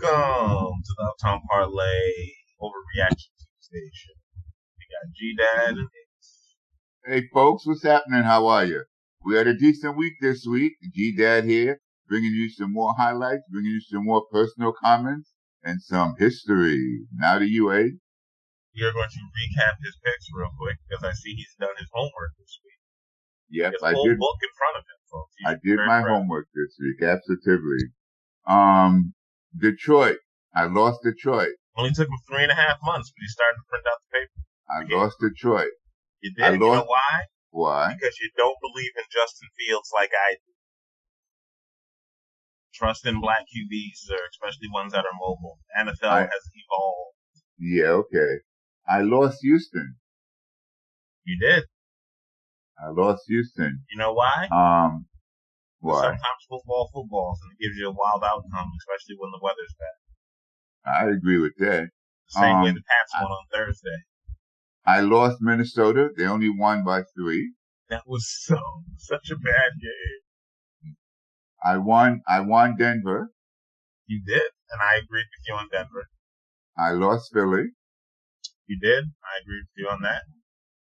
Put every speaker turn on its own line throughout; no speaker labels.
Welcome to the Uptown Parlay Overreaction Tuesday show. We got G Dad and
Hey folks, what's happening? How are you? We had a decent week this week. G Dad here, bringing you some more highlights, bringing you some more personal comments, and some history. Now to you, eh? A.
you're going to recap his picks real quick because I see he's done his homework this week.
Yes,
His
I
whole
did.
book in front of him, folks. He's
I did
oh, very
my
proud.
homework this week, absolutely. Um, Detroit. I lost Detroit.
Only took him three and a half months, but he started to print out the paper.
I
Okay.
lost Detroit.
You
I
did? You know
lost-
why?
Why?
Because you don't believe in Justin Fields like I do. Trust in black QBs, sir, especially ones that are mobile. NFL
I-
has evolved.
Yeah, okay. I lost Houston.
You did.
I lost Houston.
You know why?
Um, why?
Sometimes football footballs and it gives you a wild outcome, especially when the weather's bad.
I agree with that.
The same way
Um,
the Pats
I-
won on Thursday.
I lost Minnesota. They only won by three.
That was so such a bad game.
I won. I won Denver.
You did, and I agreed with you on Denver.
I lost Philly.
You did. I agreed with you on that.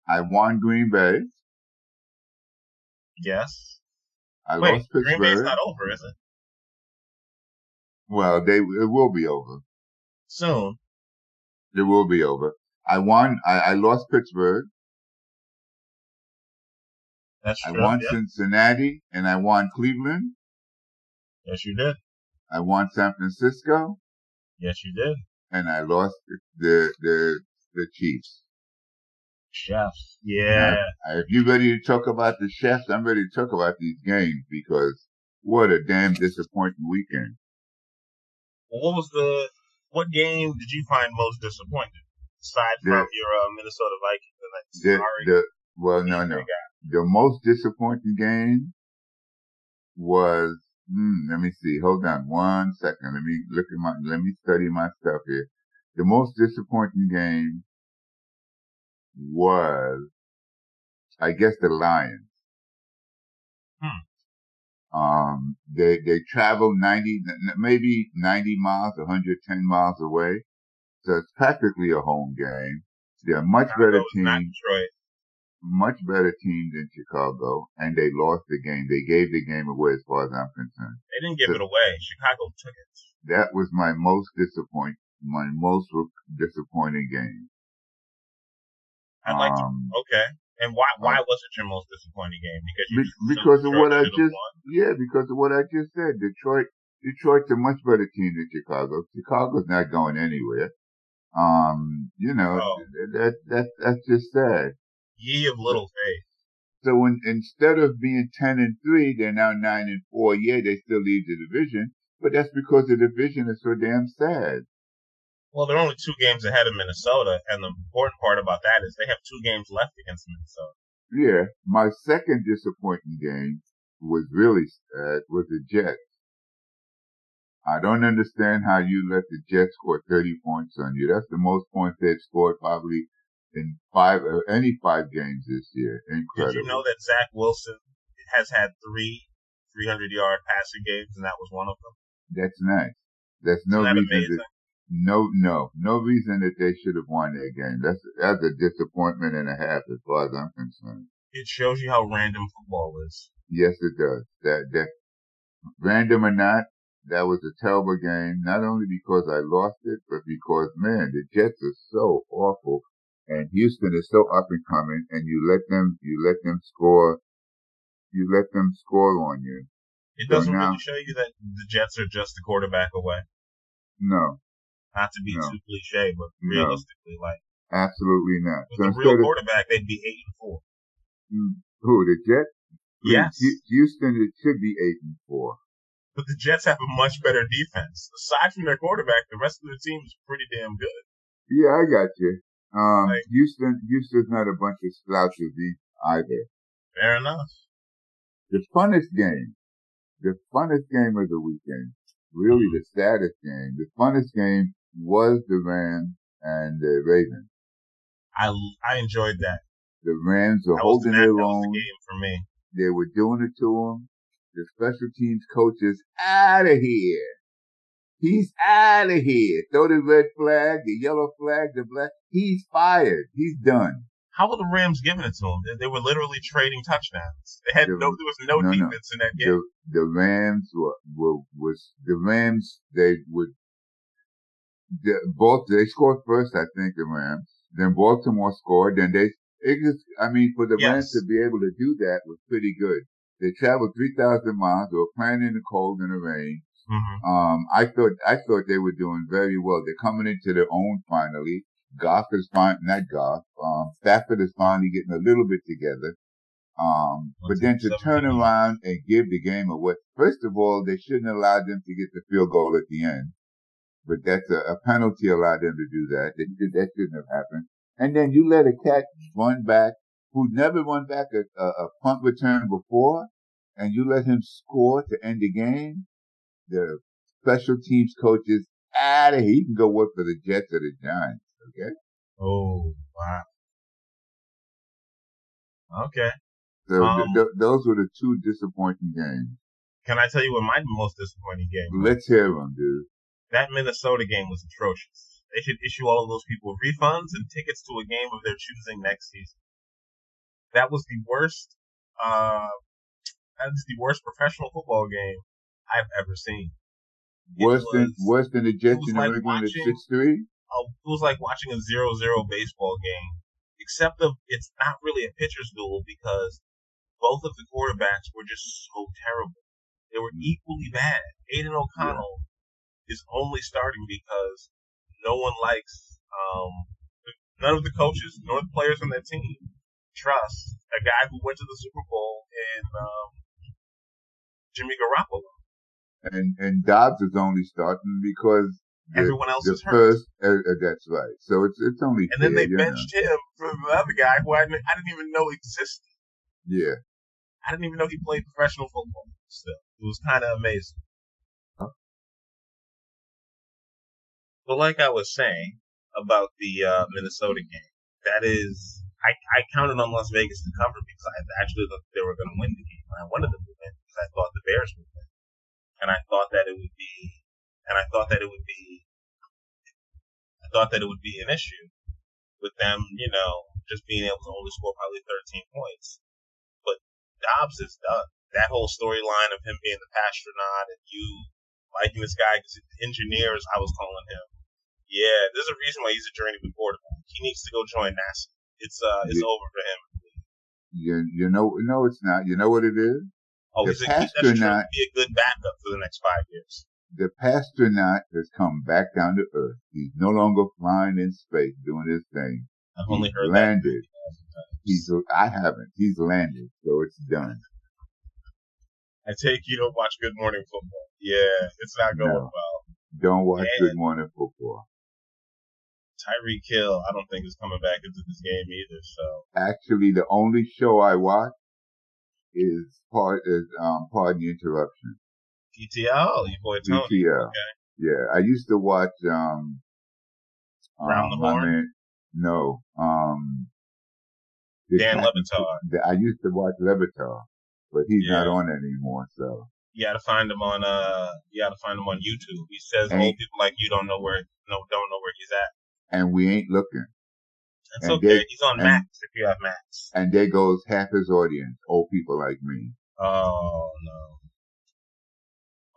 I won Green Bay.
Yes.
I
Wait,
lost
Green Bay's
Pittsburgh.
not over, is it?
well, they it will be over.
Soon.
It will be over. I won. I, I lost Pittsburgh.
That's
I
true.
won
yeah.
Cincinnati, and I won Cleveland.
Yes, you did.
I won San Francisco,
Yes, you did.
and I lost the the the Chiefs.
Chefs. Yeah.
Uh, If you're ready to talk about the chefs, I'm ready to talk about these games because what a damn disappointing weekend.
Well, what was the? What game did you find most disappointing? Aside from
The-
your uh, Minnesota Vikings, and that
the,
sorry,
the well, no, no.
injury guy.
The most disappointing game was. Hmm, let me see. Hold on one second. Let me look at my. Let me study my stuff here. The most disappointing game was, I guess, the Lions. Um, they they travel ninety, n- n- maybe ninety miles, one hundred ten miles away, so it's practically a home game. They're a much
Chicago
better
is
team
Not Detroit.
much better team than Chicago, and they lost the game. They gave the game away, as far as I'm concerned.
They didn't give
The-
it away. Chicago took it.
That was my most disappoint, my most disappointing game.
I'd like to.
Um,
Okay. And why why was it your most disappointing game? Because you
Ah. Be-
just assumed
because of
Detroit
what I
should've
just-
won.
yeah, because of what I just said, Detroit, Detroit's a much better team than Chicago. Chicago's not going anywhere. Um, you know,
Oh.
that, that, that's just sad.
Ye of little faith.
So when, instead of being 10 and 3, they're now 9 and 4. Yeah, they still lead the division, but that's because the division is so damn sad.
Well, they're only two games ahead of Minnesota, and the important part about that is they have two games left against Minnesota.
Yeah, my second disappointing game was really sad, was the Jets. I don't understand how you let the Jets score 30 points on you. That's the most points they've scored probably in five, uh, any five games this year. Incredible.
Did you know that Zach Wilson has had three 300 yard passing games, and that was one of them?
That's nice. That's no
Isn't that
reason
amazing?
to no, no, no reason that they should have won that game. That's that's a disappointment and a half, as far as I'm concerned.
It shows you how random football is.
Yes, it does. That that random or not, that was a terrible game. Not only because I lost it, but because man, the Jets are so awful, and Houston is so up and coming, and you let them, you let them score, you let them score on you.
It
So
doesn't
now-
really show you that the Jets are just a quarterback away.
No,
Not to be
No.
too cliche, but
No.
realistically, like
absolutely not.
with
So
a real
instead of
quarterback, they'd be eight and four.
who the Jets.
Yes.
Hu- Houston, it should be eight and four.
But the Jets have a much better defense. Aside from their quarterback, the rest of the team is pretty damn good.
Yeah, I got you. Um,
Right.
Houston, Houston's not a bunch of slouches e- either.
Fair enough.
The funnest game, the funnest game of the weekend, really
Mm-hmm.
the saddest game, the funnest game was the Rams and the Ravens.
I I enjoyed that.
The Rams were
That was,
holding
the, that, that
their
was the
own.
game for me.
They were doing it to them. The special teams coach is out of here. He's out of here. Throw the red flag, the yellow flag, the black. He's fired. He's done.
How were the Rams giving it to him? They- They were literally trading touchdowns. They had
The-
no, there was no,
no, no.
defense in that game.
The the Rams were, were was the Rams. They would the, both they scored first, I think the Rams. Then Baltimore scored. Then they. It just, I mean, for the
Yes.
Rams to be able to do that was pretty good. They traveled three thousand miles. They were playing in the cold and the rain.
hmm
Um, I thought I thought they were doing very well. They're coming into their own finally. Goff is fine, not Goff. Um, Stafford is finally getting a little bit together. Um, but then to turn around and give the game away. First of all, they shouldn't allow them to get the field goal at the end. But that's a, a penalty allowed them to do that. They, did- that shouldn't have happened. And then you let a cat run back who never run back a, a, a punt return before and you let him score to end the game the special teams coaches out of here. He can go work for the Jets or the Giants. Okay.
Oh, wow. Okay.
So
Um,
th- th- those were the two disappointing games.
Can I tell you what my most disappointing game was?
Let's hear them, dude.
That Minnesota game was atrocious. They should issue all of those people refunds and tickets to a game of their choosing next season. That was the worst, uh, that is the worst professional football game I've ever seen. It
Worse than
was-
worse than the Jets
was
in
like
Oregon at
watching-
six three.
uh, it was like watching a zero-zero baseball game, except the, it's not really a pitcher's duel because both of the quarterbacks were just so terrible. They were equally bad. Aiden O'Connell is only starting because no one likes, um, none of the coaches nor the players on that team trust a guy who went to the Super Bowl in um, Jimmy Garoppolo.
And and Dobbs is only starting because the,
Everyone else
the
is hurt.
first. Uh, uh, that's right. So it's it's only.
and then
fair,
they
you know.
benched him for the other guy who I, didn't- I didn't even know existed.
Yeah.
I didn't even know he played professional football. Still, it was kind of amazing.
Huh.
But like I was saying about the uh, Minnesota game, that is, I, I counted on Las Vegas to cover because I actually thought they were going to win the game, and I wanted them to win because I thought the Bears would win, and I thought that it would be, and I thought that it would be, I thought that it would be an issue with them, you know, just being able to only score probably 13 points. Dobbs is done. That whole storyline of him being the pastronaut and you liking this guy because engineer, as I was calling him. Yeah, there's a reason why he's a journeyman quarterback. He needs to go join NASA. It's uh, it's
Yeah.
over for him.
You, you know no it's not. You know what it is?
Oh,
The
he's a, he, that's true.
pastronaut-
He'd be a good backup for the next five years.
The pastronaut has come back down to earth. He's no longer flying in space doing his thing.
I've
He's
only heard
landed.
that.
He's I haven't. He's landed, so it's done.
I take you to watch Good Morning Football. Yeah, it's not going
No.
well.
Don't watch
Yeah.
Good Morning Football.
Tyreek Hill, I don't think is coming back into this game either. So
Actually, the only show I watch is part is um pardon the interruption.
DTL, your boy Tony.
PTL. Yeah, I used to watch um, um,
Round the
my
Horn?
man- no, um, the
Dan
cat-
Levitar.
the- I used to watch Levitar, but he's not
Yeah.
on anymore. So
you gotta find him on uh you gotta find him on YouTube. He says
Hey.
old people like you don't know where no don't know where he's at.
and we ain't looking.
It's
And
okay.
they-
he's on
and-
Max if you have Max.
And there goes half his audience, old people like me.
Oh no.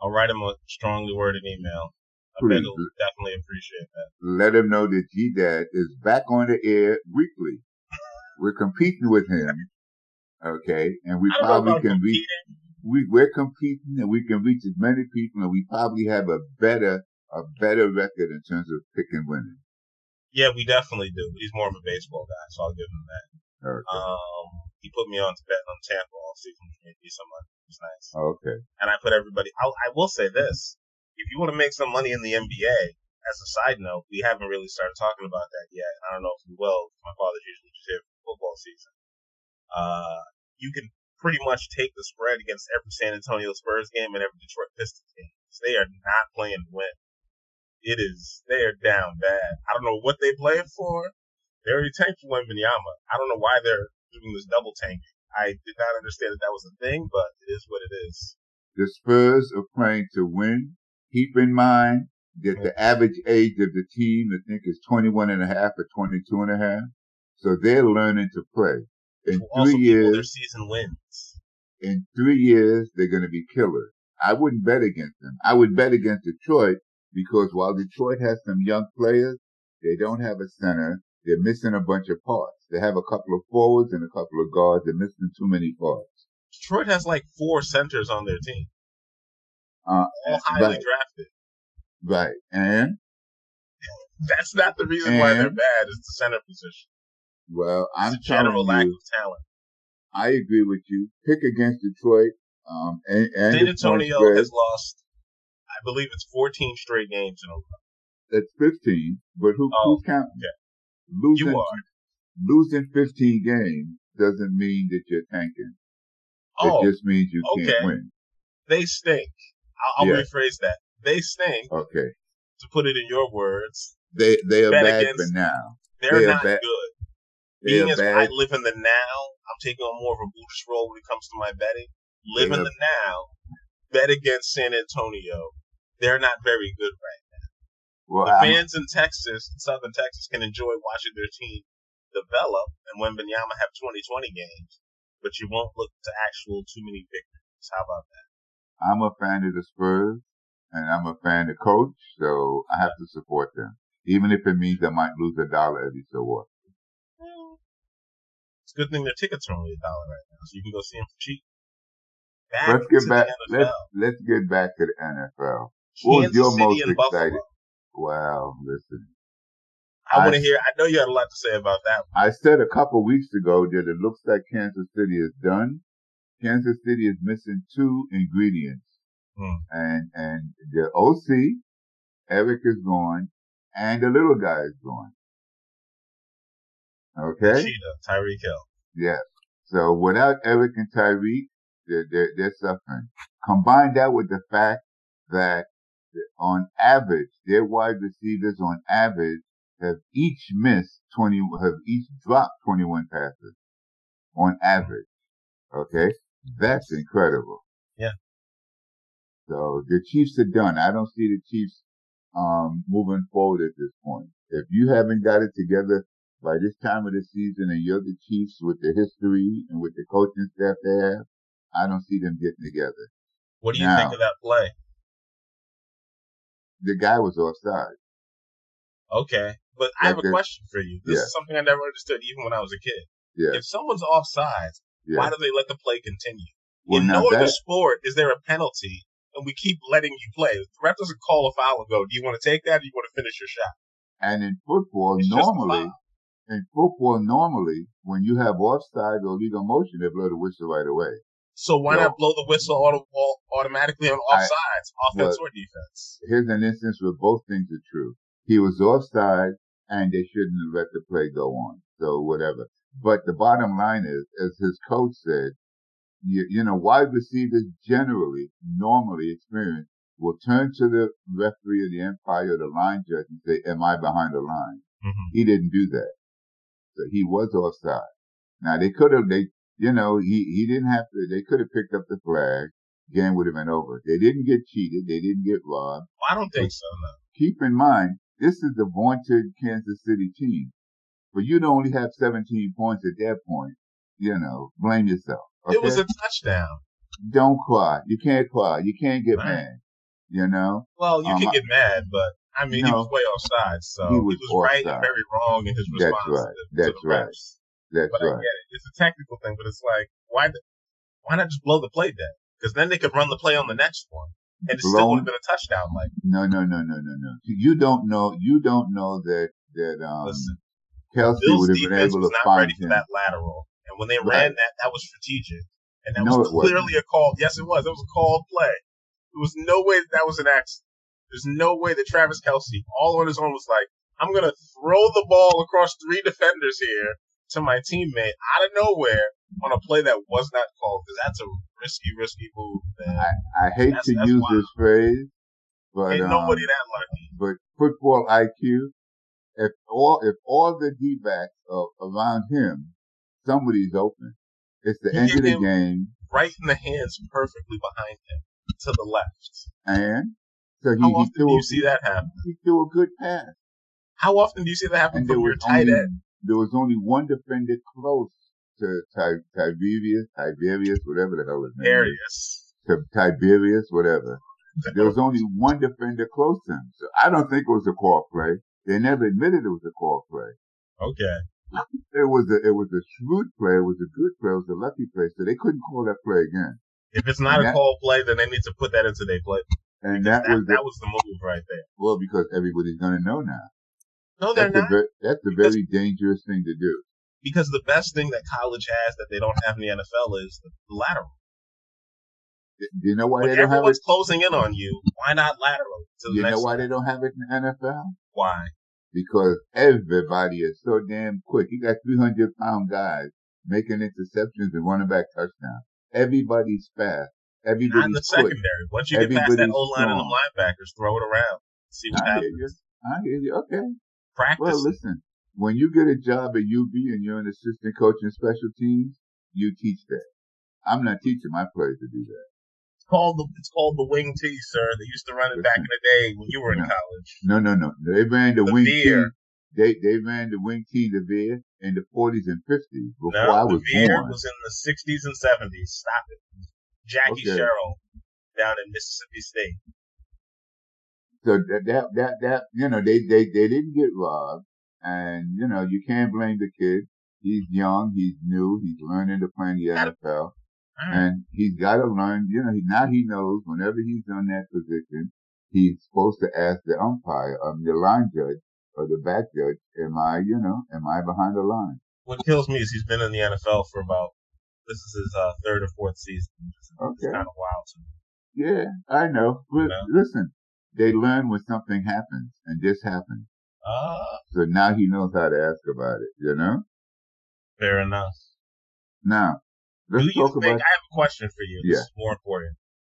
I'll write him a strongly worded email. I bet
Please.
he'll definitely appreciate that.
Let him know that G Dad is back on the air weekly. We're competing with him. Okay, and we
I don't know
probably
about
can reach
competing.
we we're competing and we can reach as many people and we probably have a better a better record in terms of picking winning.
Yeah, we definitely do. He's more of a baseball guy, so I'll give him that.
Okay.
Um he put me on to bet on Tampa all season for maybe some money. It's nice.
okay.
and I put everybody. I'll, I will say this: if you want to make some money in the NBA, as a side note, we haven't really started talking about that yet. I don't know if we will. My father's usually just here for football season. Uh, you can pretty much take the spread against every San Antonio Spurs game and every Detroit Pistons game. 'cause They are not playing to win. It is they are down bad. I don't know what they play for. They already tanked for Wembanyama. I don't know why they're doing this double tanking. I did not understand that that was a thing, but it is what it is.
The Spurs are playing to win. Keep in mind that the average age of the team, I think, is 21 and a half or 22 and a half. So they're learning to play. In
Also,
three
people, their
years,
season wins.
in three years, they're going to be killers. I wouldn't bet against them. I would bet against Detroit because while Detroit has some young players, they don't have a center. They're missing a bunch of parts. They have a couple of forwards and a couple of guards. They're missing too many parts.
Detroit has like four centers on their team,
Uh,
all highly
right.
drafted.
right. And,
That's not the reason why they're
And-
bad. It's the center position.
well,
It's
I'm
a general
telling
lack
you,
of talent.
I agree with you. Pick against Detroit. Um, and, and
San
the point
Antonio
spread.
has lost, I believe it's 14 straight games in a row.
That's 15, but who,
Oh,
who's counting?
okay.
Losing,
You are.
losing 15 games doesn't mean that you're tanking.
Oh,
it just means you
okay.
can't win.
they stink. I'll, I'll
Yeah.
rephrase that. They stink,
Okay.
to put it in your words.
They, they are
Bet
bad
against-
for now.
They're
They are
not
bad.
good.
They
Being
are
as I
bad.
live in the now, I'm taking on more of a Buddhist role when it comes to my betting. Live
They
in
are-
the now, bet against San Antonio. They're not very good right
Well,
now. The
I'm-
fans in Texas, in Southern Texas, can enjoy watching their team develop and when Benyama have 2020 games, but you won't look to actual too many victories. How about that?
I'm a fan of the Spurs and I'm a fan of coach, so I have to support them. Even if it means I might lose a dollar every so often.
Well, It's a good thing their tickets are only a dollar right now, so you can go see them for cheap. Back
Let's get
to
back.
the
Let's
NFL.
let's get back to the NFL. What was
Kansas
your
City
most
and
excited?
Buffalo.
Wow, listen.
I,
I-
want to hear. I know you had a lot to say about that. one.
I said a couple weeks ago that it looks like Kansas City is done. Kansas City is missing two ingredients,
Hmm.
and and the OC, Eric is gone, and the little guy is gone. Okay.
Cheetah, Tyreek Hill.
Yeah. So without Eric and Tyreek, they're, they're, they're suffering. Combine that with the fact that on average, their wide receivers on average have each missed 20, have each dropped 21 passes on average. Okay. That's incredible.
Yeah.
So the Chiefs are done. I don't see the Chiefs, um, moving forward at this point. If you haven't got it together by this time of the season and you're the Chiefs with the history and with the coaching staff they have, I don't see them getting together.
What do you
Now.
think of that play?
The guy was offside.
Okay, but I have a
Okay.
question for you. This
Yeah.
is something I never understood, even when I was a kid.
Yeah.
If someone's offsides,
yeah.
why do they let the play continue?
well,
In
now
no other
that,
sport is there a penalty, and we keep letting you play. The ref doesn't call a foul and go, "Do you want to take that, or do you want to finish your shot?"
and in football,
It's just a
normally, in football, normally, when you have offside or legal motion, they blow the whistle right away.
So why
No.
not blow the whistle auto- au- automatically on
I-
offsides, offense or defense?
Here's an instance where both things are true. He was offside and they shouldn't have let the play go on. So whatever. But the bottom line is, as his coach said, you, you know, wide receivers generally, normally experienced, will turn to the referee or the umpire or the line judge and say, am I behind the line?
Mm-hmm.
He didn't do that. So he was offside. Now they could have, they, you know, he, he didn't have to, they could have picked up the flag. Game would have been over. They didn't get cheated. They didn't get robbed.
I don't think so. No.
Keep in mind, this is the vaunted Kansas City team, but you don't only have 17 points at that point. You know, blame yourself.
It was
okay?
a touchdown.
don't cry. You can't cry. You can't get
Right.
mad. You know?
Well, you
Um,
can
I-
get mad, but I mean, he
No.
was way offside, so
He
he
was
was, right and
offside.
very wrong in his
That's
response
right.
to, to
That's
the
right.
refs.
That's
But I
right.
get it. It's a technical thing, but it's like, why, th- why not just blow the play then? Because then they could run the play on the next one, and it still
Blown-
would have been a touchdown. Like,
No, no, no, no, no, no. You don't know, you don't know that, that, um,
Listen.
Kelsey
Bill's
would have been
defense
able
was
to
not
find
ready for
him.
that lateral. And when they
Right.
ran that, that was strategic. And that
No,
was
it wasn't.
clearly a call. Yes, it was. It was a called play. There was no way that, that was an accident. There's no way that Travis Kelsey, all on his own, was like, I'm going to throw the ball across three defenders here to my teammate out of nowhere on a play that was not called. Because that's a risky, risky move. Man.
I hate
That's-
to
that's
use
wild.
this phrase, but,
Ain't
um,
nobody that lucky.
but football IQ, if all, if all the D-backs are around him, somebody's open. It's the
He
end
hit
of the
him.
game
Right in the hands, perfectly behind him, to the left.
and So he,
How
he
often do
threw
you
a,
see that happen?
he threw a good pass.
How often do you see that happen
And there
from your
was
tight
only,
end?
there was only one defender close to Ti- Tiberius, Tiberius, whatever the hell his name is.
Arius.
to Tiberius, whatever. There was only one defender close to him. So I don't think it was a call play. They never admitted it was a call play.
Okay.
It was a, it was a shrewd play. It was a good play. It was a lucky play. So they couldn't call that play again.
If it's not
And
a
that-
call play, then they need to put that into their play.
And
That,
that,
that,
was, the,
was the move right there.
well, because everybody's going to know now.
No, they're
That's a,
not.
ve- that's a
Because-
very dangerous thing to do.
Because the best thing that college has that they don't have in the NFL is the lateral.
Do you know why
When
they don't have it?
everyone's closing in on you, why not lateral to the
You know
next?
why they don't have it in the NFL?
Why?
because everybody is so damn quick. You got 300 pound guys making interceptions and running back touchdowns. Everybody's fast.
Not in the
Everybody's quick.
secondary. Once you get past that
Everybody's
O line and the
strong.
linebackers, throw it around. See what
I hear you.
happens.
I hear you. Okay.
Practice.
Well, listen, when you get a job at UB and you're an assistant coach in special teams, you teach that. I'm not teaching my players to do that.
it's called the it's called the wing tee, sir. They used to run it back in the day when you were in
No.
college.
No, no, no. They ran the,
The
wing
veer.
team. They, they ran the wing team, the Veer, in the 40s and 50s before I
No, the
was
beer
born.
was in the sixties and seventies. Stop it. Jackie
Okay.
Sherrill down in Mississippi State.
So that, that, that, that, you know, they, they, they didn't get robbed. And, you know, you can't blame the kid. He's young. He's new. He's learning to play in the NFL.
All right.
And he's got to learn, you know, he, now he knows whenever he's on that position, he's supposed to ask the umpire, um, the line judge or the back judge, am I, you know, am I behind the line?
What kills me is he's been in the NFL for about this is his uh, third or fourth season. It's
Okay.
kind of wild to me.
Yeah, I know. But
Yeah.
listen, they learn when something happens and this happened.
Uh,
So now he knows how to ask about it, you know?
fair enough.
Now, let's
do you
talk
think
about
I have a question for you? This
Yeah.
is more important.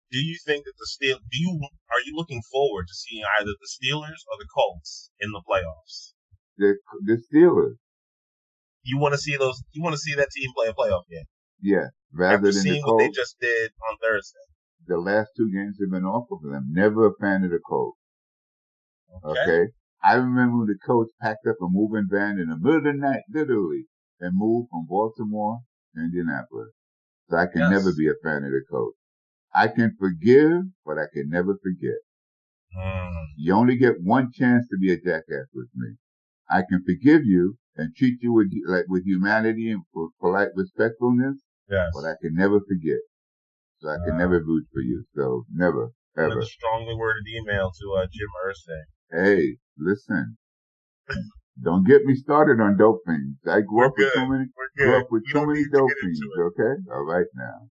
Do you think that the Steel do you are you looking forward to seeing either the Steelers or the Colts in the playoffs?
the the Steelers.
You want to see those you want to see that team play a playoff game.
Yeah, rather
After
than the
seeing what they
Colts,
just did on Thursday.
the last two games have been awful for them. Never a fan of the Colts.
Okay.
Okay, I remember when the Colts packed up a moving van in the middle of the night, literally, and moved from Baltimore to Indianapolis. So I can
Yes.
never be a fan of the Colts. I can forgive, but I can never forget.
Mm,
You only get one chance to be a jackass with me. I can forgive you and treat you with like with humanity and with polite respectfulness.
yes.
but I can never forget. So I can
Wow.
never root for you. So never,
Another
ever.
strongly worded email to uh, Jim Irsay.
Hey, listen. Don't get me started on dope things. I grew
We're
up with
good.
too many,
We're
grew
good.
up with
We
too
don't
many
need to
dope
get
things.
into it.
Okay, all right now.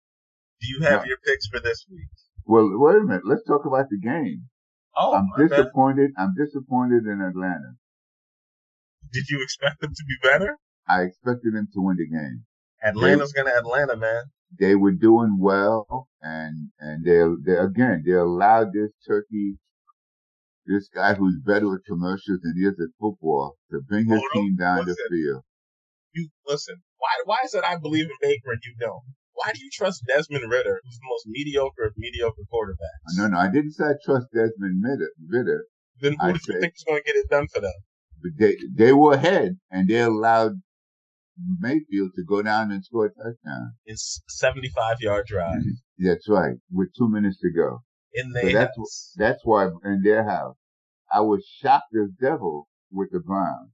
Do you have
No.
your picks for this week?
Well, wait a minute. Let's talk about the game.
Oh,
I'm
my bad.
disappointed. I'm disappointed in Atlanta.
Did you expect them to be better?
I expected them to win the game.
Atlanta's going to Atlanta, man.
They were doing well, and and they they again they allowed this turkey, this guy who's better at commercials than he is at football, to bring his
Hold on.
team down
One
the
second.
field.
you listen. Why why is it I believe in Baker and you don't? Why do you trust Desmond Ritter, who's the most mediocre of mediocre quarterbacks?
No, no, I didn't say I trust Desmond Ritter, Ritter
Then who
I
do you
say-
think is going to get it done for them?
but they they were ahead and they allowed Mayfield to go down and score a touchdown.
It's seventy-five yard drive
That's right, with two minutes to go.
in
So
their
Mm-hmm. that's
house.
that's why in their house, I was shocked as devil with the Browns.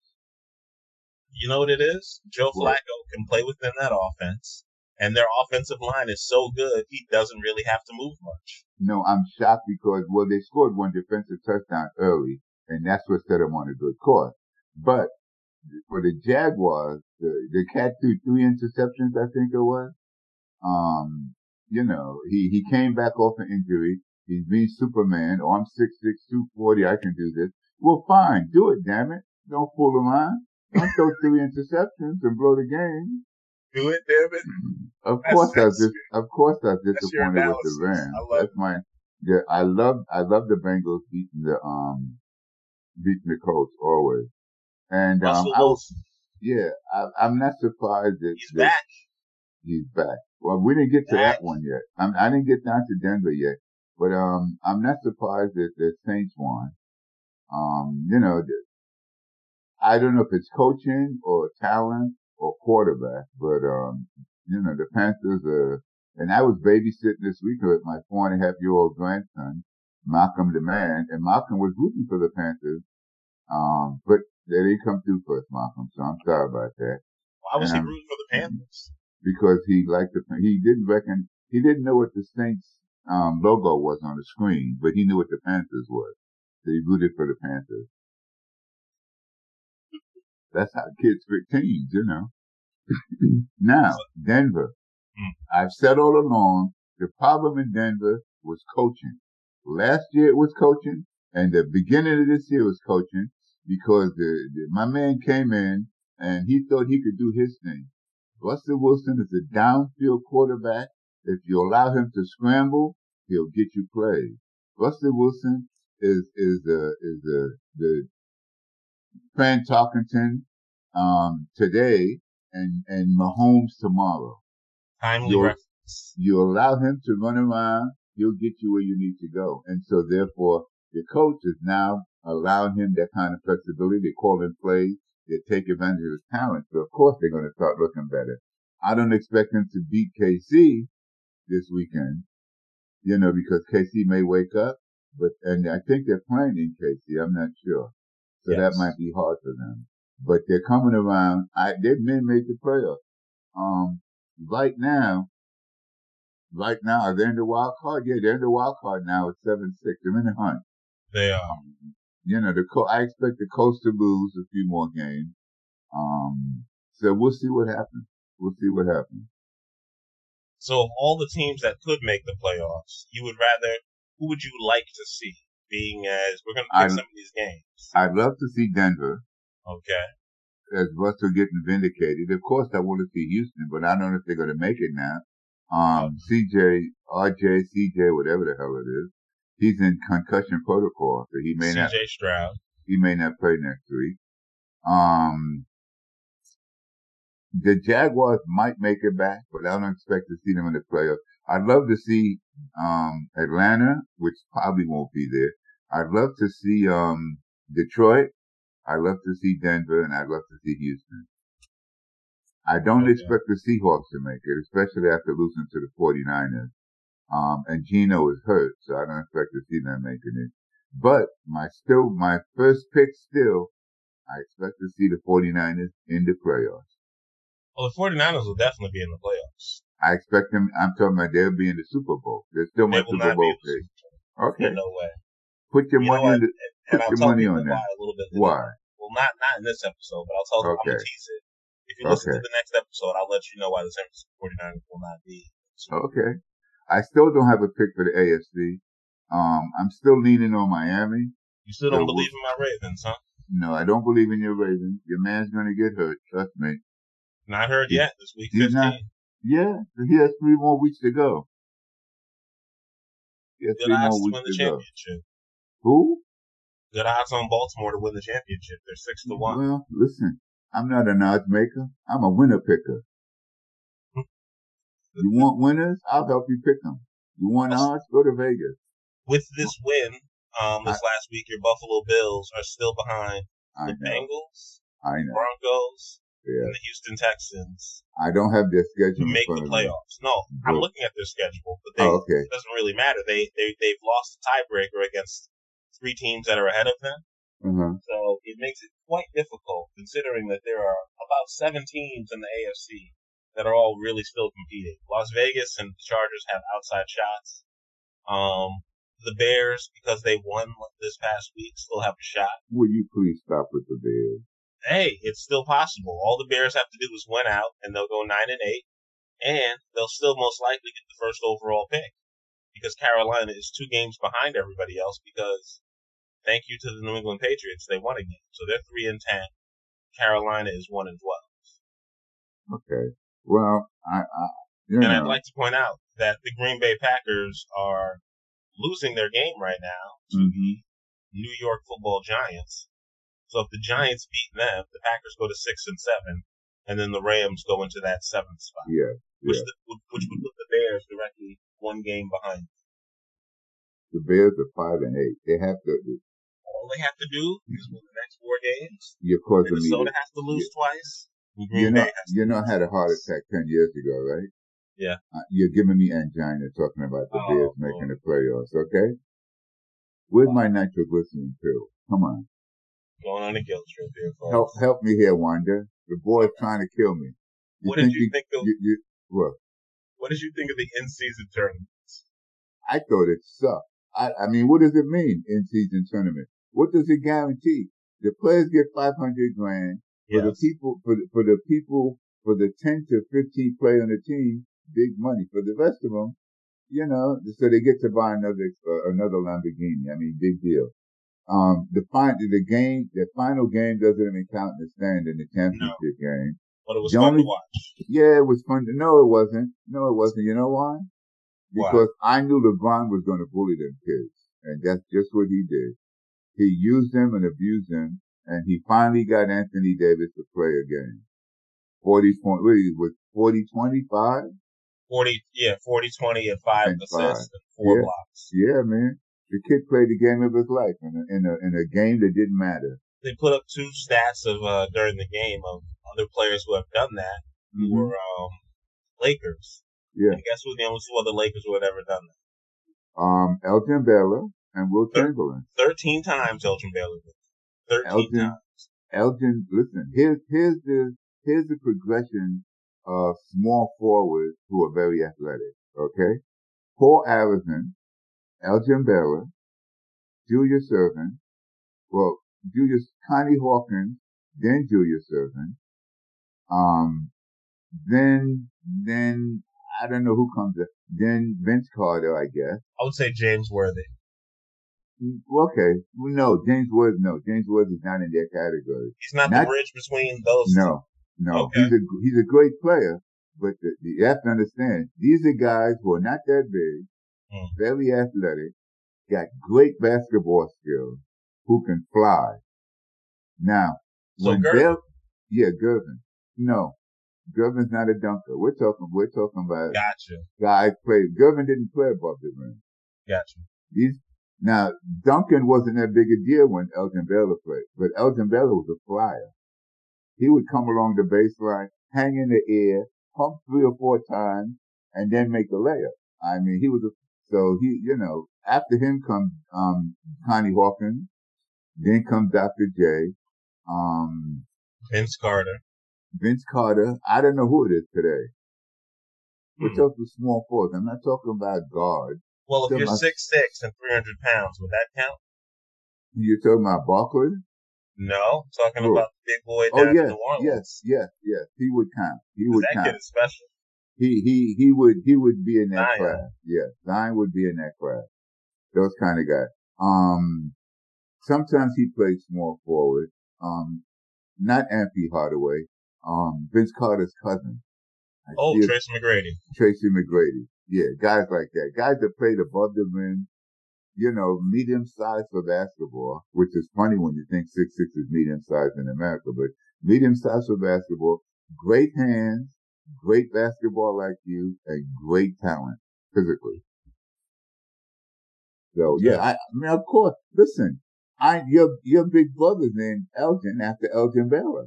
You know what it is? Joe
What?
Flacco can play within that offense, and their offensive line is so good he doesn't really have to move much.
No, I'm shocked because well, they scored one defensive touchdown early, and that's what set them on a good course. But for the Jaguars, the, the cat threw three interceptions, I think it was. Um, you know, he he came back off an injury. He's being Superman. Oh, I'm six six two forty. I can do this. Well, fine, do it, damn it. Don't fool around. Don't throw three interceptions and blow the game.
Do it, David.
Of
That's-
course, I was
that's
dis- of course I was
that's your
disappointed with
analysis.
the Rams.
I love
that's my. Yeah, I love I love the Bengals beating the um beating the Colts always, and um
Russell
I was
Wilson,
yeah I, I'm not surprised that,
he's
that
back.
he's back. Well, we didn't get to
Back.
that one yet. I, I didn't get down to Denver yet, But um, I'm not surprised that the Saints won. Um, you know, th- I don't know if it's coaching or talent or quarterback, but um, you know, the Panthers are. And I was babysitting this week with my four and a half year old grandson, Malcolm the man, and Malcolm was rooting for the Panthers. Um, but they didn't come through for us, Malcolm. So I'm sorry about that
Why was he
Um,
rooting for the Panthers?
because he liked the he didn't reckon he didn't know what the Saints um, logo was on the screen, but he knew what the Panthers was. So he rooted for the Panthers. That's how kids pick teams, you know. now Denver, I've said all along the problem in Denver was coaching. Last year it was coaching, and the beginning of this year was coaching because the, the my man came in and he thought he could do his thing. Russell Wilson is a downfield quarterback. If you allow him to scramble, he'll get you plays. Russell Wilson is is a is a the Fran Tarkenton um, today and and Mahomes tomorrow.
Timely
Your-
reference.
You allow him to run around, he'll get you where you need to go. And so therefore, your coach is now allowing him that kind of flexibility. They call him plays. They take advantage of his talent. So of course they're going to start looking better. I don't expect him to beat KC this weekend, you know, because KC may wake up, but, and I think they're playing in KC. I'm not sure. So that
Yes.
might be hard for them, but they're coming around. I, they've been made the playoffs. Um, right now, right now, are they in the wild card? Yeah, they're in the wild card now at seven six. They're in the hunt.
They are.
Um, you know, the co- I expect the Colts to lose a few more games. Um, so we'll see what happens. We'll see what happens.
So of all the teams that could make the playoffs, you would rather who would you like to see? Being as we're gonna
I-
pick some of these games.
I'd love to see Denver
Okay.
as Russell getting vindicated. Of course, I want to see Houston, but I don't know if they're going to make it now. Um, CJ, RJ, CJ, whatever the hell it is, he's in concussion protocol, so he may not
CJ Stroud.
he may not play next week. Um, the Jaguars might make it back, but I don't expect to see them in the playoffs. I'd love to see um, Atlanta, which probably won't be there. I'd love to see um, Detroit. I'd love to see Denver, and I'd love to see Houston. I don't
Okay.
expect the Seahawks to make it, especially after losing to the 49ers. Um, and Geno is hurt, so I don't expect to see them making it. But my still, my first pick still, I expect to see the 49ers in the playoffs.
Well the 49ers will definitely be in the playoffs.
I expect them. I'm talking about they'll be in the Super Bowl. They're still
They
my
will
Super
not be
Bowl
in the
pick.
Super Bowl.
Okay,
No way.
put your
You know
money
what?
on the
And
put
I'll
your
tell
money
people
on that.
why a little bit later.
Why?
Well not not in this episode, but I'll tell them I'm
Okay.
gonna tease it. If you listen
Okay.
to the next episode, I'll let you know why the San Francisco 49ers will not be.
Okay. I still don't have a pick for the AFC. Um, I'm still leaning on Miami.
You still
So
don't
we'll-
believe in my Ravens, huh?
No, I don't believe in your Ravens. Your man's gonna get hurt. Trust me.
Not heard
He's-
yet this week
he's
15.
not- Yeah, he has three more weeks to go. He has
Good
three
odds
more
to win the
weeks to go.
championship.
Who?
Good odds on Baltimore to win the championship. They're six to one.
Well, listen. I'm not an odds maker. I'm a winner picker. You want winners? I'll help you pick them. You want odds? Go to Vegas.
With this win, um, this last week, your Buffalo Bills are still behind
I
the
know.
Bengals,
I know.
Broncos,
Yeah.
and the Houston Texans
I don't have their
to
schedule in
make the
front of me.
playoffs. No, I'm
Good.
looking at their schedule, but they
Oh, okay.
it doesn't really matter. They they they've lost the tiebreaker against three teams that are ahead of them.
Uh-huh.
So it makes it quite difficult considering that there are about seven teams in the AFC that are all really still competing. Las Vegas and the Chargers have outside shots. Um, the Bears, because they won this past week, still have a shot.
Will you please stop with the Bears?
Hey, it's still possible. All the Bears have to do is win out and they'll go nine and eight and they'll still most likely get the first overall pick because Carolina is two games behind everybody else because thank you to the New England Patriots, they won a game. So they're three and ten. Carolina is one and twelve.
Okay. Well, I, I you
And
know,
I'd like to point out that the Green Bay Packers are losing their game right now to
Mhm.
the New York Football Giants. So if the Giants beat them, the Packers go to six and seven, and then the Rams go into that seventh spot,
yeah.
which
Yeah.
the, which would put the Bears directly one game behind.
The Bears are five and eight. They have to.
All they have to do is win the next four games.
You're causing me.
Minnesota
to-
has to lose twice. and Green
You know,
Bay has to
you know, I
lose
had a heart
twice.
attack ten years ago, right?
Yeah.
Uh, you're giving me angina talking about the
Oh,
Bears
Lord.
making the playoffs. Okay. Where's my nitroglycerin pill? Come on,
Going on a guilt trip here, folks.
help help me here, Wanda. The boy's trying to kill me.
What did you think of-
you, you, well,
What did you think of the in-season tournament?
I thought it sucked. I, I mean, what does it mean in season tournament? What does it guarantee? The players get 500 grand for the
Yes.
people, for the, for the people, for the 10 to 15 player on the team, big money. For the rest of them, you know, so they get to buy another, uh, another Lamborghini. I mean, big deal. Um, the final, the game, the final game doesn't even count in the stand in the championship game.
But it was
The
fun
only-
to watch.
Yeah, it was fun. to- No, it wasn't. No, it wasn't. You know why?
Why?
Because I knew LeBron was going to bully them kids. And that's just what he did. He used them and abused them. And he finally got Anthony Davis to play a game. 40 point, what is it, was 40, 25?
40, yeah, 40, 20, and five
And five.
assists and four
Yeah.
blocks.
Yeah, man. The kid played the game of his life in a, in a, in a game that didn't matter.
They put up two stats of uh, during the game of other players who have done that who were um, Lakers.
Mm-hmm. Yeah.
And guess who the only two other Lakers who had ever done that?
Um, Elgin Baylor and Will
Sure.
Chamberlain.
13 times Elgin Baylor did it. 13
Elgin.
times.
Elgin, listen, here's, here's the, here's the progression of small forwards who are very athletic. Okay. Paul Arizin, Elgin Baylor, Julius Irvin, well, Julius, Connie Hawkins, then Julius Irvin, um, then, then, I don't know who comes, up. then Vince Carter, I guess.
I would say James Worthy.
Mm, Okay. Well, No, James Woods, no, James Woods is not in that category.
He's not, the
Not-
bridge between those two.
No, no.
Okay.
He's a he's a great player, but the, the, you have to understand these are guys who are not that big,
Hmm.
very athletic, got great basketball skills, who can fly. Now,
So
when
Gervin.
they're yeah, Gervin. No, Gervin's not a dunker. We're talking we're talking about
Gotcha.
guys play. Gervin didn't play above the rim.
Gotcha.
These now Duncan wasn't that big a deal when Elgin Baylor played, but Elgin Baylor was a flyer. He would come along the baseline, hang in the air, pump three or four times, and then make the layup. I mean, he was a, so he, you know, after him comes um, Connie Hawkins, then comes Dr. J, um,
Vince Carter.
Vince Carter. I don't know who it is today. We're
Hmm.
talking small forwards. I'm not talking about guard.
Well, if
Still
you're
must-
six six and three hundred pounds, would that count?
You're talking about Barkley?
No, I'm talking
Who?
about the big boy
Oh
down in
yes,
New Orleans.
yes, yes, yes. He would count. He would
that kid
count.
is special.
He he he would he would be in
Zion.
that class. Yes, Zion would be in that class. Those kind of guys. Um, sometimes he plays small forward. Um, not Ampy Hardaway. Um, Vince Carter's cousin. I
Oh,
see it-
Trace McGrady.
Tracy McGrady. Yeah, guys like that. Guys that played above the rim. You know, medium size for basketball, which is funny when you think six six is medium size in America, but medium size for basketball, great hands, great basketball like you, and great talent physically. So yeah, I, I mean, of course. Listen, I your your big brother's named Elgin after Elgin Baylor.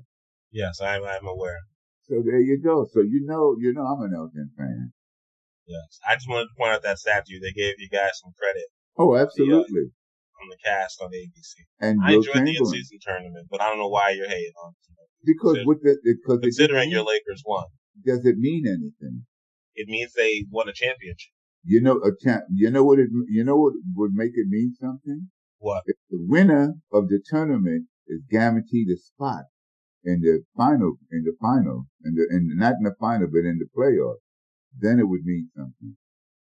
Yes, I'm I'm aware.
So there you go. So you know, you know, I'm an Elgin fan.
Yes, I just wanted to point out that stat to you. They gave you guys some credit
Oh, absolutely.
on the cast on ABC.
And
I
Will
enjoyed the
Chamberlain.
in-season tournament, but I don't know why you're hating on. it.
Because
Consider-
with the, because it
Considering
doesn't
your
mean-
Lakers won,
does it mean anything?
it means they won a championship.
You know, a champ, you know what it, you know what would make it mean something?
What?
If the winner of the tournament is guaranteed a spot in the final, in the final, in the, in, not in the final, but in the playoffs, then it would mean something.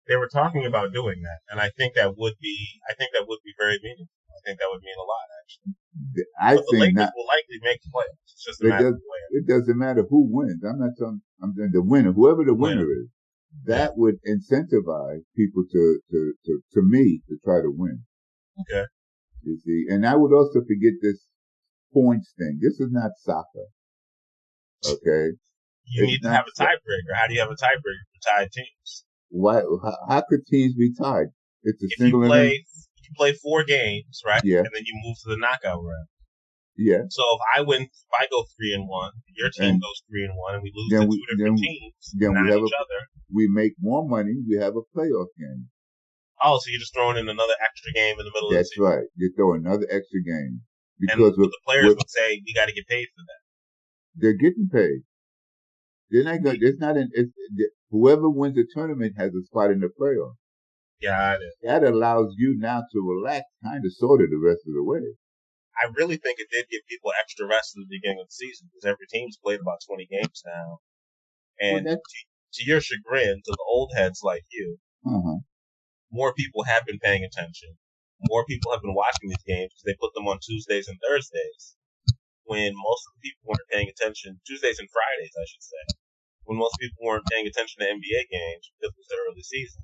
They were talking about doing that, and I think that would be I think that would be very meaningful. I think that would mean a lot actually.
Th- I
But the
think
Lakers
not,
will likely make the playoffs. It's just a
They
matter of
does-
where.
it doesn't matter who wins. I'm not talking, I'm saying the winner, whoever the winner,
Winner.
is, that would incentivize people to, to, to, to me to try to win.
Okay.
You see, and I would also forget this points thing. This is not soccer. Okay.
You
It's
need to
not-
have a tiebreaker. How do you have a tiebreaker for tied teams?
Why, how, how could teams be tied? It's a
If you
single
play,
inning.
if you play four games, right?
Yeah.
And then you move to the knockout round.
Yeah.
So if I win, if I go three and one, your team
And-
goes three and one, and we lose
Then
to
we-
two different
then-
teams,
then we
not
have a-
each other.
We make more money. We have a playoff game.
Oh, so you're just throwing in another extra game in the middle
That's
of the season.
right. You throw another extra game
And
because we're
the players
with-
would say we got to get paid for that.
they're getting paid. They're not going. It's not an. It's, the- whoever wins the tournament has a spot in the playoff.
Yeah, it is.
That allows you now to relax, kind of, sort of, the rest of the way.
I really think it did give people extra rest at the beginning of the season because every team's played about 20 games now. And
Well,
to your chagrin, to the old heads like you,
Uh-huh.
more people have been paying attention. More people have been watching these games because they put them on Tuesdays and Thursdays when most of the people weren't paying attention. Tuesdays and Fridays, I should say, when most people weren't paying attention to NBA games because it was the early season.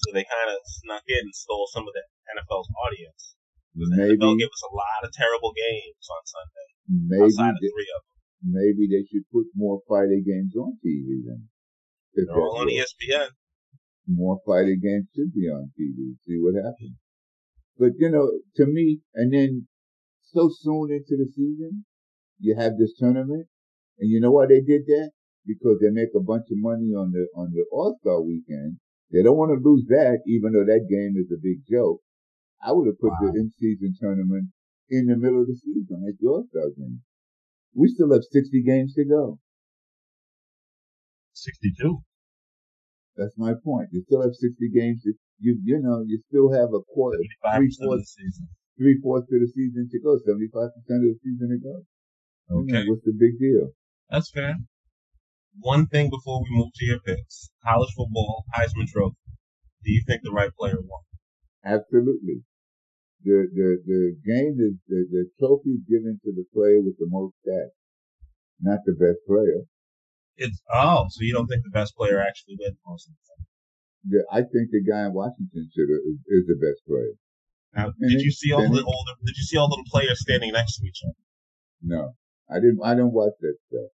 So they kind of snuck in and stole some of the NFL's audience.
Maybe,
They'll give us a lot of terrible games on Sunday
maybe,
outside of
they-
three of them.
maybe they should put more fighting games on TV then. If
They're
that
all on E
works.
ESPN.
more fighting games should be on TV. See what happens. But you know, to me, and then so soon into the season, you have this tournament, and you know why they did that? Because they make a bunch of money on the on the All Star weekend. They don't want to lose that, even though that game is a big joke. I would have put the in season tournament in the middle of the season at the All Star game. We still have sixty games to go.
62.
That's my point. You still have sixty games. To, you you know you still have a quarter,
55%
three
of
quarters
the season.
three fourths of the season to go, seventy five percent of the season to go. You know,
Okay.
what's the big deal?
That's fair. One thing before we move to your picks. College football, Heisman Trophy. Do you think the right player won?
Absolutely. The the the game is the the trophy is given to the player with the most stats, not the best player.
It's, oh, so you don't think the best player actually wins most of the
The, I think the guy in Washington should have, is, is the best player.
time. Now,
And
did
it-
you see all
and
the
it-
older, did you see all the players standing next to each other?
No, I didn't. I don't watch that stuff.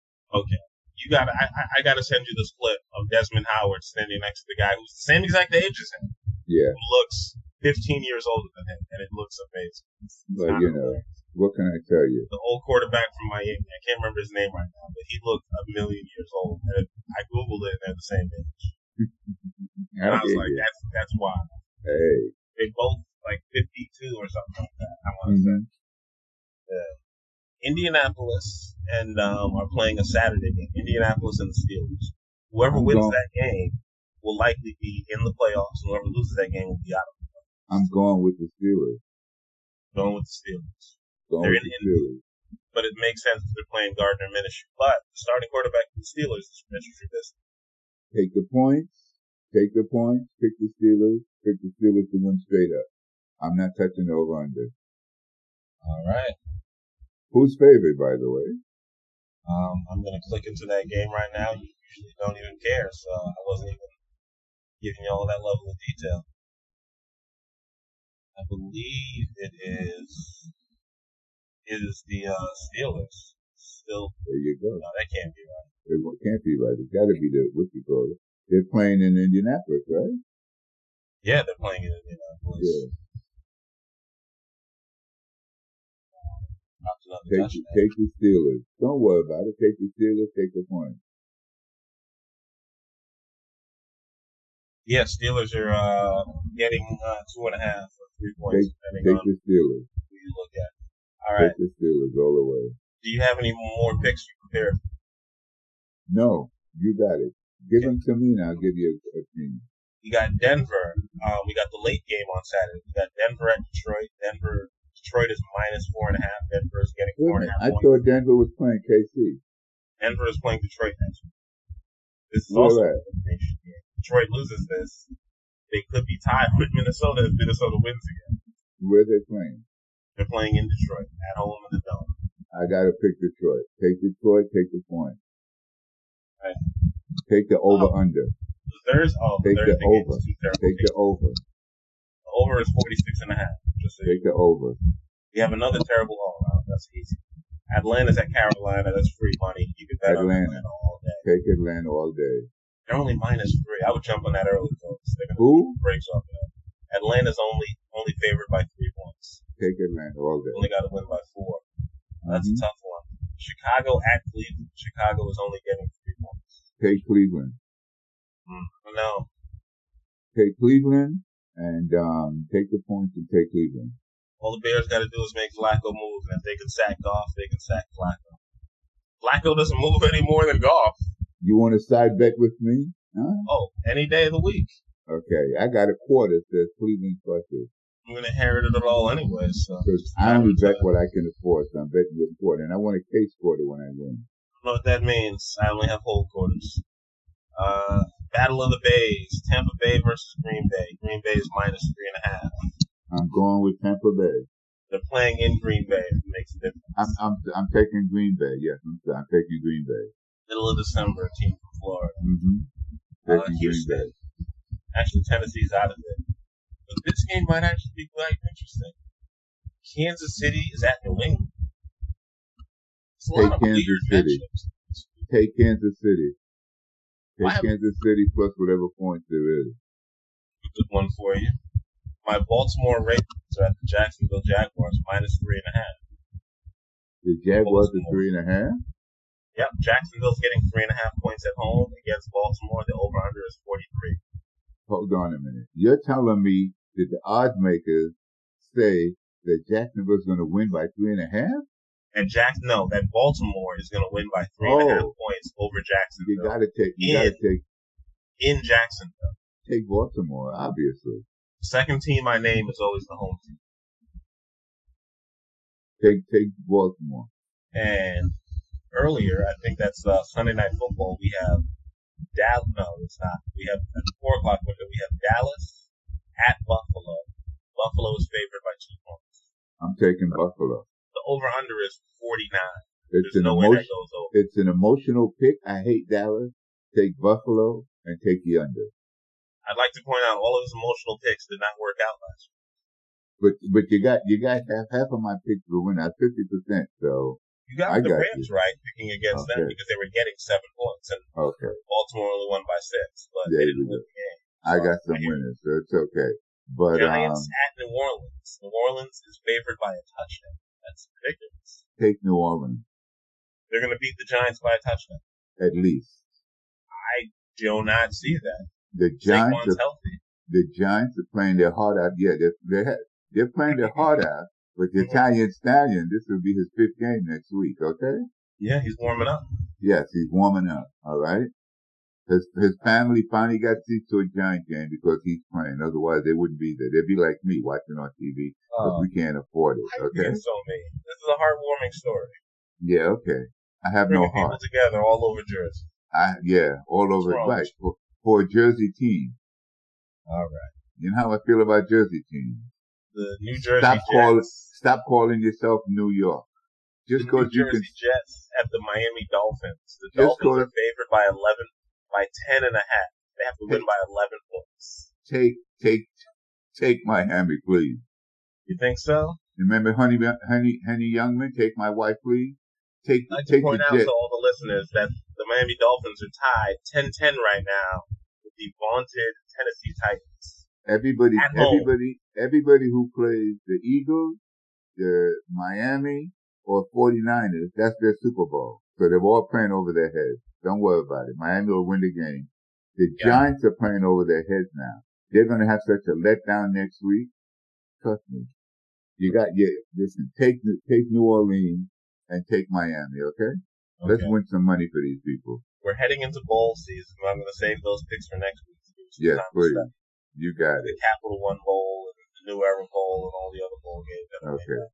You gotta, I, I- I gotta send you the split of Desmond Howard standing next to the guy who's the same exact age as him,
Yeah,
who looks 15 years older than him, and it looks amazing. It's
Well,
kind
you
of
know.
hilarious.
what can I tell you?
the old quarterback from Miami. I can't remember his name right now, but he looked a million years old. And I googled it, and they're the same age. And I was
Hey,
like, that's that's wild.
hey.
They both like 52 or something like that. I want to say.
Mhm.
Indianapolis and um, are playing a Saturday game. Indianapolis and the Steelers. Whoever
I'm
wins
going-
that game will likely be in the playoffs, and whoever loses that game will be out.
I'm going with the Steelers.
Going with the Steelers.
Going
They're
with
in-
the Steelers.
But it makes sense that they're playing Gardner Minshew. But the starting quarterback for the Steelers is Mitchell Trubisky.
Take the points. Take the points. Pick the Steelers. Pick the Steelers to win straight up. I'm not touching the over under.
All right.
Who's favored, by the way?
Um, I'm gonna click into that game right now. You usually don't even care, so I wasn't even giving you all that level of detail. I believe it is it is the uh, Steelers. Still,
There you go.
no, that can't be right.
It wa- can't be right. It's got to be the what you call it. They're playing in Indianapolis, right?
Yeah, they're playing it in Indianapolis.
Yeah.
Knocked another
Take the,
touchdown.
take the Steelers. Don't worry about it. Take the Steelers. Take the points.
Yeah, Steelers are uh, getting uh, two and a half or three points, depending
Take
on
the Steelers.
who you look at. All right.
Take the Steelers all the way.
Do you have any more picks you prepared?
No, you got it. Give them to me, and I'll give you a, a team.
We got Denver. Um, we got the late game on Saturday. We got Denver at Detroit. Denver, Detroit is minus four and a half. Denver is getting
Wait a
four and a
minute.
half
I
points.
thought Denver was playing KC.
Denver is playing Detroit next week. This is
Where
also an
at?
elimination game. Detroit loses this. They could be tied with Minnesota if Minnesota wins again.
Where they playing?
They're playing in Detroit at home in the dome.
I gotta pick Detroit. Take Detroit, take the point.
Right.
Take the over under.
The Thursday, oh, the
Take
Thursday
the
game
over.
is too terrible.
Take the over.
The over is 46 and a half. Just so you
Take the over.
We have another terrible all around. That's easy. Atlanta's at Carolina. That's free money. You can bet on
Atlanta.
Atlanta all day.
Take Atlanta all day.
They're only minus three. I would jump on that early, folks. They're gonna
Who?
breaks off that. Atlanta's only only favored by three points.
Take Atlanta all day. Mm-hmm.
Only got to win by four. That's a tough one. Chicago at Cleveland. Chicago is only getting three points.
Take Cleveland.
Mm, no,
Take Cleveland and um, take the points and take Cleveland.
all the Bears got to do is make Flacco move, and if they can sack Goff, they can sack Flacco. Flacco doesn't move any more than Goff.
You want to side bet with me? Huh?
Oh, any day of the week.
Okay, I got a quarter that says Cleveland plus this.
You inherited it all anyway, so.
Because I only bet what I can afford, so I'm betting you a quarter. And I want a case quarter when I win.
don't know what that means. I only have whole quarters. Uh, Battle of the Bays, Tampa Bay versus Green Bay. Green Bay is minus three and a half.
I'm going with Tampa Bay.
They're playing in Green Bay. It makes a difference.
I'm I'm I'm taking Green Bay. Yes, I'm, sorry, I'm taking Green Bay.
Middle of December, a team from Florida.
Mm-hmm.
Uh,
Taking Green
Houston.
Bay.
Actually, Tennessee's out of it. But this game might actually be quite interesting. Kansas City is at New England. It's a lot
Hey,
of
Kansas
weird
City.
matchups.
Take Kansas City.
Why
Take
have-
Kansas City plus whatever points there is.
Good one for you. My Baltimore Ravens are at the Jacksonville Jaguars, minus three and a half.
The Jaguars
Baltimore.
are three and a half.
Yep, Jacksonville's getting three and a half points at home against Baltimore. The over under is 43.
Hold on a minute. You're telling me that the odds makers say that Jacksonville's going to win by three and a half?
And Jack, no, that Baltimore is going to win by three and a half
Oh.
points over
You
Jacksonville
got to take. You got to take
in Jacksonville.
take Baltimore, obviously.
Second team I name is always the home team.
Take take Baltimore.
And earlier, I think that's uh, Sunday night football. We have Dallas. No, it's not. We have at the four o'clock window. We have Dallas at Buffalo. Buffalo is favored by two points.
I'm taking Buffalo.
The over under is 49.
It's
There's
an
no way that
emotion.
goes over.
It's an emotional pick. I hate Dallas. Take Buffalo and take the under.
I'd like to point out all of his emotional picks did not work out last year.
But but you got you got half half of my picks will win. I fifty percent. So
You got
I
the
got
Rams
you.
right picking against them
Okay.
because they were getting seven points and
okay,
Baltimore only won by six, but
Yeah,
they
you
didn't
did.
win the game.
I got some
I hear
winners, so it's okay. But um,
Giants at New Orleans. New Orleans is favored by a touchdown. That's ridiculous.
take New Orleans
They're going to beat the Giants by a touchdown.
at least.
Do not see that.
The Giants
Saquon's
are,
healthy.
the Giants are playing their heart out. Yeah, they're they're, they're playing their heart out. But the Italian Stallion, this will be his fifth game next week. Okay.
Yeah, he's warming up.
Yes, he's warming up. All right. His his family finally got seats to a Giant game because he's playing. Otherwise, they wouldn't be there. They'd be like me watching on TV because
Oh,
we can't afford it. Okay.
you're so mean. This is a heartwarming story.
Yeah. Okay. I have no
Bringing
heart.
people together all over Jersey.
I yeah, all over
wrong
the
with
place for, for a Jersey team.
All right.
You know how I feel about Jersey teams.
The New Jersey
Stop calling
Jets.
stop calling yourself New York. Just
the New
because you
Jersey
can
Jets at the Miami Dolphins. The
Just
Dolphins
go-
are favored by 11, by 10 and a half. They have to win by 11 points.
take take take Miami, please.
You think so?
Remember, honey, honey, honey, Youngman, take my wife, please. Take
I'd like to
take
point
the
out
Jets.
to all the listeners that the Miami Dolphins are tied 10-10 right now with the vaunted Tennessee Titans.
Everybody,
At home.
everybody, everybody who plays the Eagles, the Miami, or 49ers, that's their Super Bowl. So they're all playing over their heads. Don't worry about it. Miami will win the game. The
Yeah.
Giants are playing over their heads now. They're going to have such a letdown next week. Trust me. You got, yeah, listen, take, take New Orleans and take Miami, okay? Let's
Okay.
win some money for these people.
We're heading into bowl season. I'm going to save those picks for next week. to do some
Yes,
time
please.
stuff.
You got it.
The Capital One Bowl and the New Era Bowl and all the other bowl games. that are
Okay.
made up.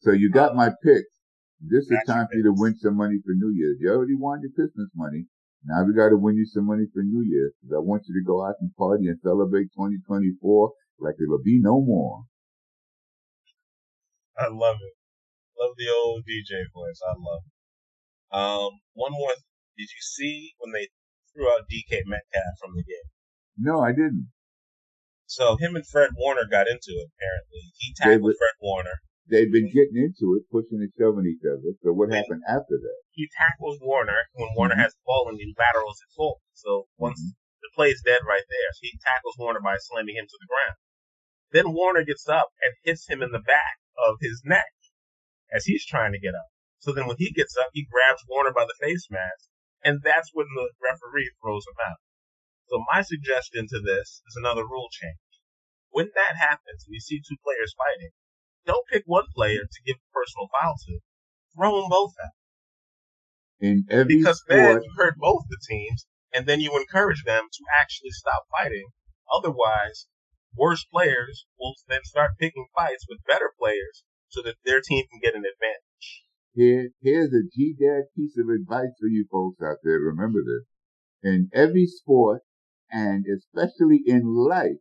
So you got my picks. This is
Got your
time for you to
picks.
win some money for New Year's. You already won your Christmas money. Now we got to win you some money for New Year's 'cause I want you to go out and party and celebrate 2024 like it'll be no more.
I love it. Love the old DJ voice. I love it. Um, one more. Th- Did you see when they threw out DK Metcalf from the game?
No, I didn't.
So him and Fred Warner got into it. Apparently, he
They
tackled
would-
Fred Warner.
They've been getting into it, pushing and shoving each other. So what
Mm-hmm. Right.
happened after that?
He tackles Warner when Warner has the ball and he laterals it full. So once the play's dead right there, so he tackles Warner by slamming him to the ground. Then Warner gets up and hits him in the back of his neck as he's trying to get up. So then when he gets up, he grabs Warner by the face mask, and that's when the referee throws him out. So my suggestion to this is another rule change. When that happens and you see two players fighting, don't pick one player to give a personal foul to. Throw them both out.
In every
Because then
sport,
you hurt both the teams, and then you encourage them to actually stop fighting. Otherwise, worse players will then start picking fights with better players so that their team can get an advantage.
here, here's a G-Dad piece of advice for you folks out there. Remember this. In every sport, and especially in life,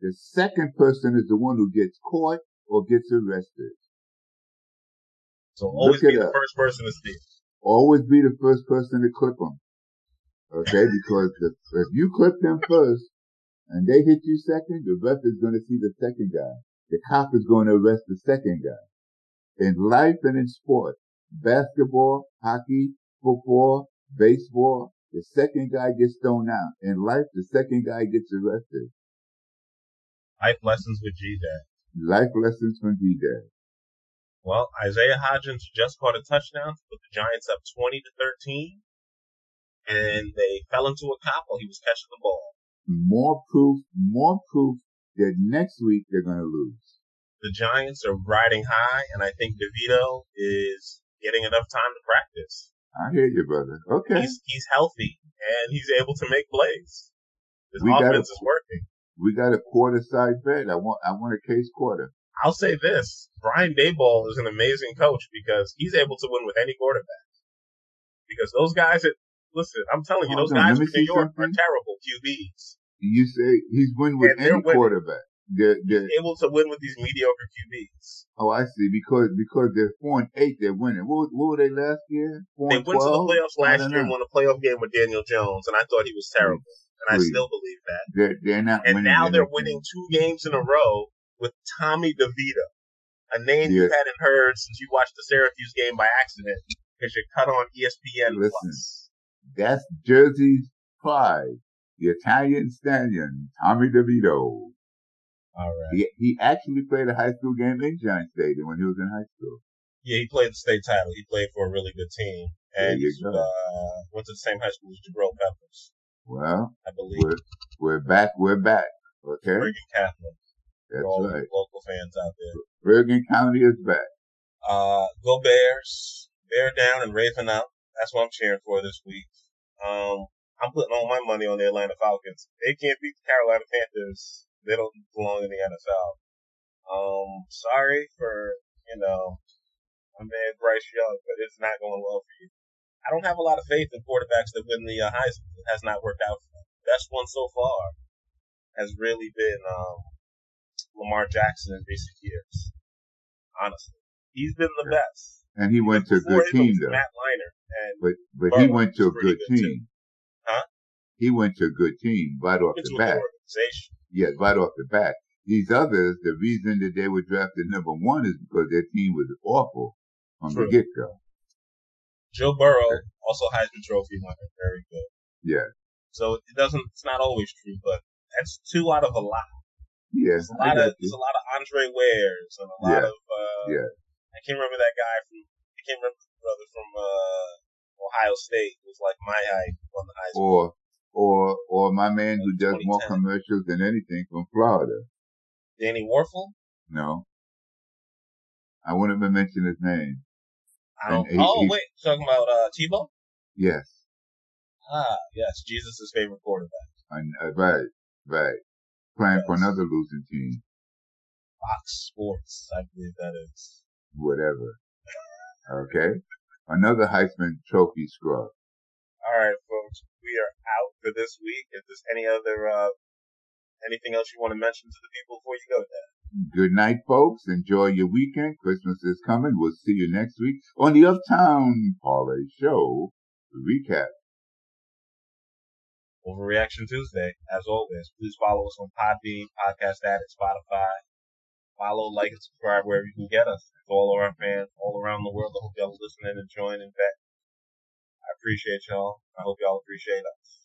the second person is the one who gets caught or gets arrested.
So always
Look
be
it
the
up.
first person to speak.
Always be the first person to clip them. Okay? Because the, if you clip them first and they hit you second, the ref is going to see the second guy. The cop is going to arrest the second guy. In life and in sport, basketball, hockey, football, baseball, the second guy gets thrown out. In life, the second guy gets arrested.
Life lessons with G Dad.
Life lessons from D-Day.
Well, Isaiah Hodgins just caught a touchdown to put the Giants up 20 to 13, and they fell into a cop while he was catching the ball.
More proof, more proof that next week they're going to lose.
The Giants are riding high, and I think DeVito is getting enough time to practice.
I hear you, brother. Okay.
He's, he's healthy, and he's able to make plays. His
We gotta-
offense is working.
We got a quarter side bet. I want, I want a case quarter.
I'll say this: Brian Dayball is an amazing coach because he's able to win with any quarterback. Because those guys that listen, I'm telling you,
Hold
those
on,
guys
let me
from New
see
York are
something.
terrible QBs.
You say he's win with
And they're
any
winning.
quarterback. They're, they're,
Able to win with these mediocre QBs.
oh, I see. Because because they're four and eight, they're winning. What, what were they last year? Four
They
and
went to the
12?
playoffs
I
last
don't
year and
know.
won a playoff game with Daniel Jones, and I thought he was terrible, and I
Please.
still believe that.
They're, they're not
And
winning.
now they're
anything.
winning two games in a row with Tommy DeVito, a name you
Yeah.
hadn't heard since you watched the Syracuse game by accident because you cut on E ESPN
Listen.
Plus.
That's Jersey's pride. The Italian stallion, Tommy DeVito.
All right.
He, he actually played a high school game in Giant Stadium when he was in high school.
Yeah, he played the state title. He played for a really good team,
There
and
you
he's,
go.
uh, went to the same high school as Jabril Peppers,
Well,
I believe.
we're, we're back. We're back. Okay?
Reagan Catholic.
That's
for all
right.
the local fans out there.
Bergen County is back.
Uh, go Bears! Bear down and Raven up. That's what I'm cheering for this week. Um, I'm putting all my money on the Atlanta Falcons. They can't beat the Carolina Panthers. They don't belong in the NFL. Um, sorry for you know my man Bryce Young, but it's not going well for you. I don't have a lot of faith in quarterbacks that win the uh, Heisman. It has not worked out for them. Best one so far has really been um, Lamar Jackson in recent years. Honestly, he's been the best.
And he went to a
Before
good
him, it
team
was
though.
Matt Liner and
But but he
Burrow
went to a
was pretty
good
good,
team.
too. Huh?
He went to a good team right off
into a
the bat.
good organization.
Yes, right off the bat. These others, the reason that they were drafted number one is because their team was awful from
True.
the get go.
Joe Burrow, also Heisman Trophy winner, very good.
Yeah.
So it doesn't. It's not always true, but that's two out of a lot.
Yeah.
There's a
I
lot
got
of
you.
there's a lot of Andre Wares and a lot
Yeah.
of uh,
Yeah.
I can't remember that guy from I can't remember the brother from uh, Ohio State who was like my height on the Heisman.
Or or or my man who does more
2010.
commercials than anything from Florida.
Danny Warfel.
No. I wouldn't even mention his name.
I don't,
And he-
oh
he-
wait, talking about uh, Tebow.
Yes.
Ah, yes, Jesus' favorite quarterback.
And, uh, right. Right. Playing for
Yes.
another losing team.
Fox Sports, I believe that is.
whatever. Okay? Another Heisman Trophy scrub.
All right, folks, we are out for this week. If there's any other uh, anything else you want to mention to the people before you go, Dad?
Good night, folks. Enjoy your weekend. Christmas is coming. We'll see you next week on the Uptown Parlay Show recap.
Overreaction Tuesday, as always. Please follow us on Podbean, Podcast Addict, Spotify. Follow, like, and subscribe wherever you can get us. To all of our fans all around the world, I hope y'all are listening and joining. In fact, I appreciate y'all. I hope y'all appreciate us.